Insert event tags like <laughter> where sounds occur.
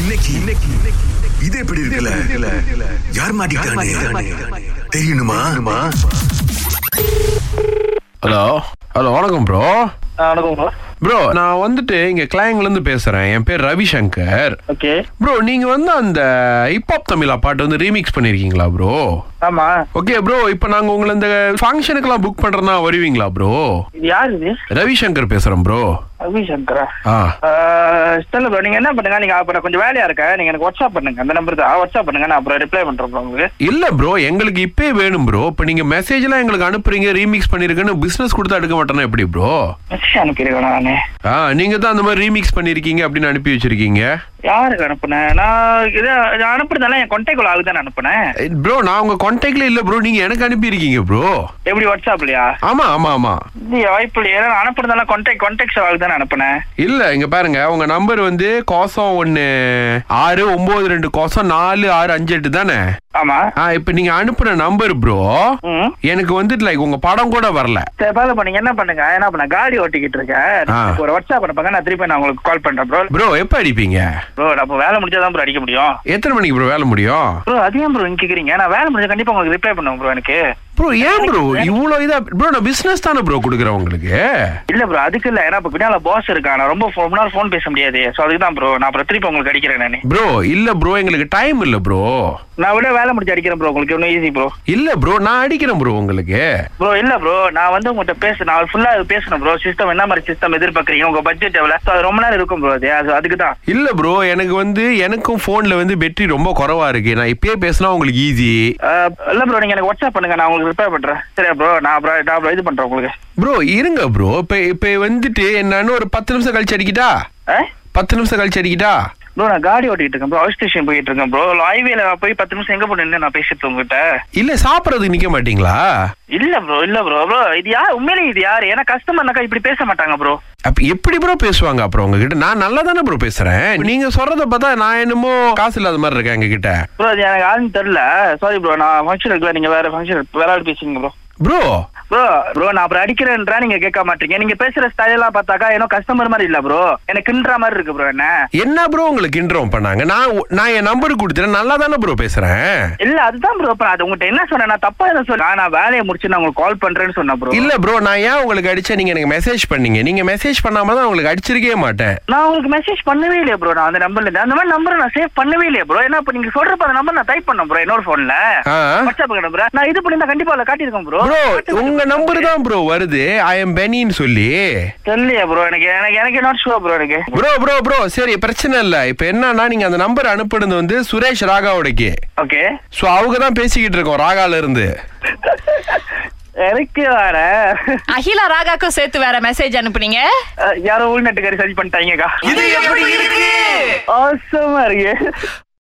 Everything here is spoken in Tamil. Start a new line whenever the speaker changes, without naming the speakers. இன்னைக்கு இன்னைக்கு இது எப்படி இருக்குல்ல யார் மாட்டிக்கிட்டானே தெரியணுமா
ஹலோ ஹலோ வணக்கம் ப்ரோ
ஆ, வணக்கம் bro.
ப்ரோ நான் வந்துட்டு இங்க கிளாங்ல இருந்து பேசுறேன் என் பேர் ரவிசங்கர்
ஓகே
ப்ரோ நீங்க வந்து அந்த ஹிப்ஹாப் தமிழா பாட்டு வந்து ரீமிக்ஸ் பண்ணிருக்கீங்களா ப்ரோ
ஆமா
ஓகே ப்ரோ இப்போ நாங்க உங்களை இந்த ஃபங்க்ஷனுக்குலாம் புக் பண்றதா வருவீங்களா ப்ரோ
இது யாரு இது
ரவிசங்கர் பேசுறேன் ப்ரோ
ரவிசங்கரா
ஆ
ஸ்டெல்ல ப்ரோ நீங்க என்ன பண்ணுங்க நீங்க அப்புறம் கொஞ்சம் வேலையா இருக்க நீங்க எனக்கு வாட்ஸ்அப் பண்ணுங்க அந்த நம்பர் தான் வாட்ஸ்அப் பண்ணுங்க நான் அப்புறம் ரிப்ளை பண்றேன் bro உங்களுக்கு
இல்ல ப்ரோ எங்களுக்கு இப்பே வேணும் ப்ரோ இப்போ நீங்க மெசேஜ் எல்லாம் எங்களுக்கு அனுப்புறீங்க ரீமிக்ஸ் பண்ணிருக்கேன்னு பிசினஸ் கொடுத்து எடுக்க மாட்டேன்னா எப்படி ப்ரோ
மெசேஜ் அனுப்பிடுவேன் நானு
ஆ நீங்க தான் அந்த மாதிரி ரீமிக்ஸ் பண்ணிருக்கீங்க அப்படின்னு அனுப்பி வச்சிருக்கீங்க
யாருக்கு அனுப்புனேன் நான் இது நான் அனுப்புறதெல்லாம் என் கொண்டை குழு தான் அனுப்புனேன்
ப்ரோ Eh, நான் உங்க கான்டாக்ட்ல இல்ல ப்ரோ நீங்க எனக்கு அனுப்பி இருக்கீங்க ப்ரோ
எப்படி வாட்ஸ்அப்லயா
ஆமா ஆமா ஆமா
இது வாய்ப்பு இல்லையா நான் அனுப்புறதெல்லாம் கொண்டேக் கொண்டேக்ஸ் ஆளுக்கு தான் அனுப்புனேன்
இல்ல இங்க பாருங்க உங்க நம்பர் வந்து கோசம் ஒண்ணு ஆறு ஒன்பது ரெண்டு கோசம் நாலு ஆறு அஞ்சு எட்டு தானே
ஆமா
ஆ இப்ப நீங்க அனுப்புன நம்பர் ப்ரோ
ம்
எனக்கு வந்துட்டு லைக் உங்க படம் கூட வரல
சரி பாலு இப்போ நீங்க என்ன பண்ணுங்க என்ன பண்ண காடி ஓட்டிக்கிட்டு இருக்கேன்
ஆ.
எனக்கு ஒரு வாட்ஸ்அப் அனுப்புங்க நான் திருப்பி நான் உங்களுக்கு கால் பண்றேன் ப்ரோ
ப்ரோ எப்ப அடிப்பீங்க
ப்ரோ அப்போ வேலை முடிஞ்சாதான் ப்ரோ அடிக்க முடியும்
எத்தனை மணிக்கு ப்ரோ வேலை முடியும்
ப்ரோ அது ஏன் ப்ரோ இங்க கேக்குறீங்க நான் வேலை முடிஞ்ச கண்டிப்பா உங்களுக்கு ரிப்ளை பண்ணுவேன் ப்ரோ எனக்கு
ப்ரோ ஏன் ப்ரோ இவ்வளவு இதா ப்ரோ நான் பிசினஸ் தானே ப்ரோ கொடுக்குறேன் உங்களுக்கு
இல்ல ப்ரோ அதுக்கு இல்ல ஏன்னா இப்போ பின்னால பாஸ் இருக்கான் நான் ரொம்ப ரொம்ப நேரம் ஃபோன் பேச முடியாது சோ அதுக்கு தான் ப்ரோ நான் அப்புறம் திருப்பி உங்களுக்கு அடிக்கிறேன் நானு
ப்ரோ இல்ல ப்ரோ எங்களுக்கு டைம் இல்ல ப்ரோ
நான் விட வேலை முடிஞ்சு அடிக்கிறேன் ப்ரோ உங்களுக்கு இன்னும் ஈஸி ப்ரோ
இல்ல ப்ரோ நான் அடிக்கிறேன் ப்ரோ உங்களுக்கு
ப்ரோ இல்ல ப்ரோ நான் வந்து உங்ககிட்ட பேச நான் ஃபுல்லா பேசணும் ப்ரோ சிஸ்டம் என்ன மாதிரி சிஸ்டம் எதிர்பார்க்கறீங்க உங்க பட்ஜெட் எவ்வளவு So அது ரொம்ப நேரம் இருக்கும் ப்ரோ அது அது- அதுக்கு தான்
இல்ல ப்ரோ எனக்கு வந்து எனக்கும் போன்ல வந்து பேட்டரி ரொம்ப குறைவா இருக்கு நான் இப்பயே பேசினா உங்களுக்கு ஈஸி
அஹ், இல்ல ப்ரோ நீங்க எனக்கு வாட்ஸ்அப் பண்ணுங்க நான் உங்களுக்கு ரிப்ளை பண்றேன் சரியா ப்ரோ நான் அப்புறம் நான் அப்புறம் இது பண்றேன் உங்களுக்கு
ப்ரோ இருங்க ப்ரோ இப்ப இப்ப வந்துட்டு என்னன்னு ஒரு பத்து நிமிஷம் கழிச்சு அடிக்கிட்டா பத்து நிமிஷம் கழிச்சு அடிக்கிட்டா
ப்ரோ நான் காடி ஓட்டிட்டு இருக்கேன் ப்ரோ ஹவுஸ் ஸ்டேஷன் போயிட்டு இருக்கேன் ப்ரோ ஹைவேல நான் போய் பத்து நிமிஷம் எங்க போனேன்னு நான் பேசிட்டு உங்ககிட்ட
இல்ல சாப்பிடறதுக்கு நிக்க மாட்டீங்களா
இல்ல ப்ரோ இல்ல ப்ரோ ப்ரோ இது யார் உண்மையிலே இது யார் ஏன்னா கஸ்டமர்னாக்கா இப்படி பேச மாட்டாங்க ப்ரோ
அப்ப எப்படி ப்ரோ பேசுவாங்க அப்புறம் உங்ககிட்ட நான் நல்லா தானே ப்ரோ பேசுறேன் நீங்க சொல்றத பார்த்தா நான் என்னமோ காசு இல்லாத மாதிரி இருக்கேன் எங்ககிட்ட
ப்ரோ அது எனக்கு ஆளுன்னு தெரியல சாரி ப்ரோ நான் ஃபங்க்ஷன் இருக்குல்ல நீங்க வேற ஃபங்க்ஷன் வேற ஆள் பேசுங்க ப்ரோ
ப்ரோ
ப்ரோ ப்ரோ நான் அப்புறம் அடிக்கிறேன்றா நீங்க கேட்க மாட்டீங்க நீங்க பேசுற ஸ்டைலெல்லாம் பார்த்தாக்கா ஏனோ கஸ்டமர் மாதிரி இல்ல ப்ரோ எனக்கு கிண்ற மாதிரி இருக்கு ப்ரோ என்ன
என்ன ப்ரோ உங்களுக்கு இன்ட்ரோம் பண்ணாங்க நான் உ- நான் என் நம்பர் கொடுத்துறேன் நல்லா தானே ப்ரோ பேசுறேன்
இல்ல அதுதான் ப்ரோ அப்புறம் அது உங்ககிட்ட என்ன சொன்னேன் நான் தப்பா என்ன சொன்னேன் நான் வேலையை முடிச்சு நான் உங்களுக்கு கால் பண்றேன்னு சொன்னேன் ப்ரோ
இல்ல ப்ரோ நான் ஏன் உங்களுக்கு அடிச்சேன் நீங்க எனக்கு மெசேஜ் பண்ணீங்க நீங்க மெசேஜ் பண்ணாம தான் உங்களுக்கு அடிச்சிருக்கவே மாட்டேன்
நான் உங்களுக்கு மெசேஜ் பண்ணவே இல்லையா ப்ரோ நான் அந்த நம்பர்ல இருந்து அந்த மாதிரி நம்பரை நான் சேவ் பண்ணவே இல்லையா ப்ரோ ஏன்னா இப்ப நீங்க சொல்றப்ப அந்த நம்பர் நான் டைப் பண்ணேன் ப்ரோ என்னோட போன்ல
ஆ.
வாட்ஸ்அப் ப்ரோ நான் இது பண்ணி கண்டிப்பா அதுல காட்டியிருக்கேன் ப்ரோ
ப்ரோ உங்க நம்பர் தான் ப்ரோ வருது ஐ எம் பெனின்னு சொல்லி
தெரியலையா ப்ரோ எனக்கு எனக்கு எனக்கு நாட் ஷுவர் ப்ரோ எனக்கு
ப்ரோ ப்ரோ ப்ரோ சரி பிரச்சனை இல்ல இப்போ என்னன்னா நீங்க அந்த நம்பர் அனுப்புனது வந்து சுரேஷ் ராகாவோடக்கு
ஓகே
ஸோ அவங்க தான் பேசிக்கிட்டு இருக்கோம் ராகால இருந்து
எனக்கு வேற <laughs>
அகிலா ராகாக்கும் சேர்த்து வேற மெசேஜ் அனுப்புனீங்க
அஹ், யாரோ உள்நாட்டுக்காரி சரி பண்ணிட்டாங்கக்கா
இது எப்படி இருக்கு
ஆசமா இருக்கு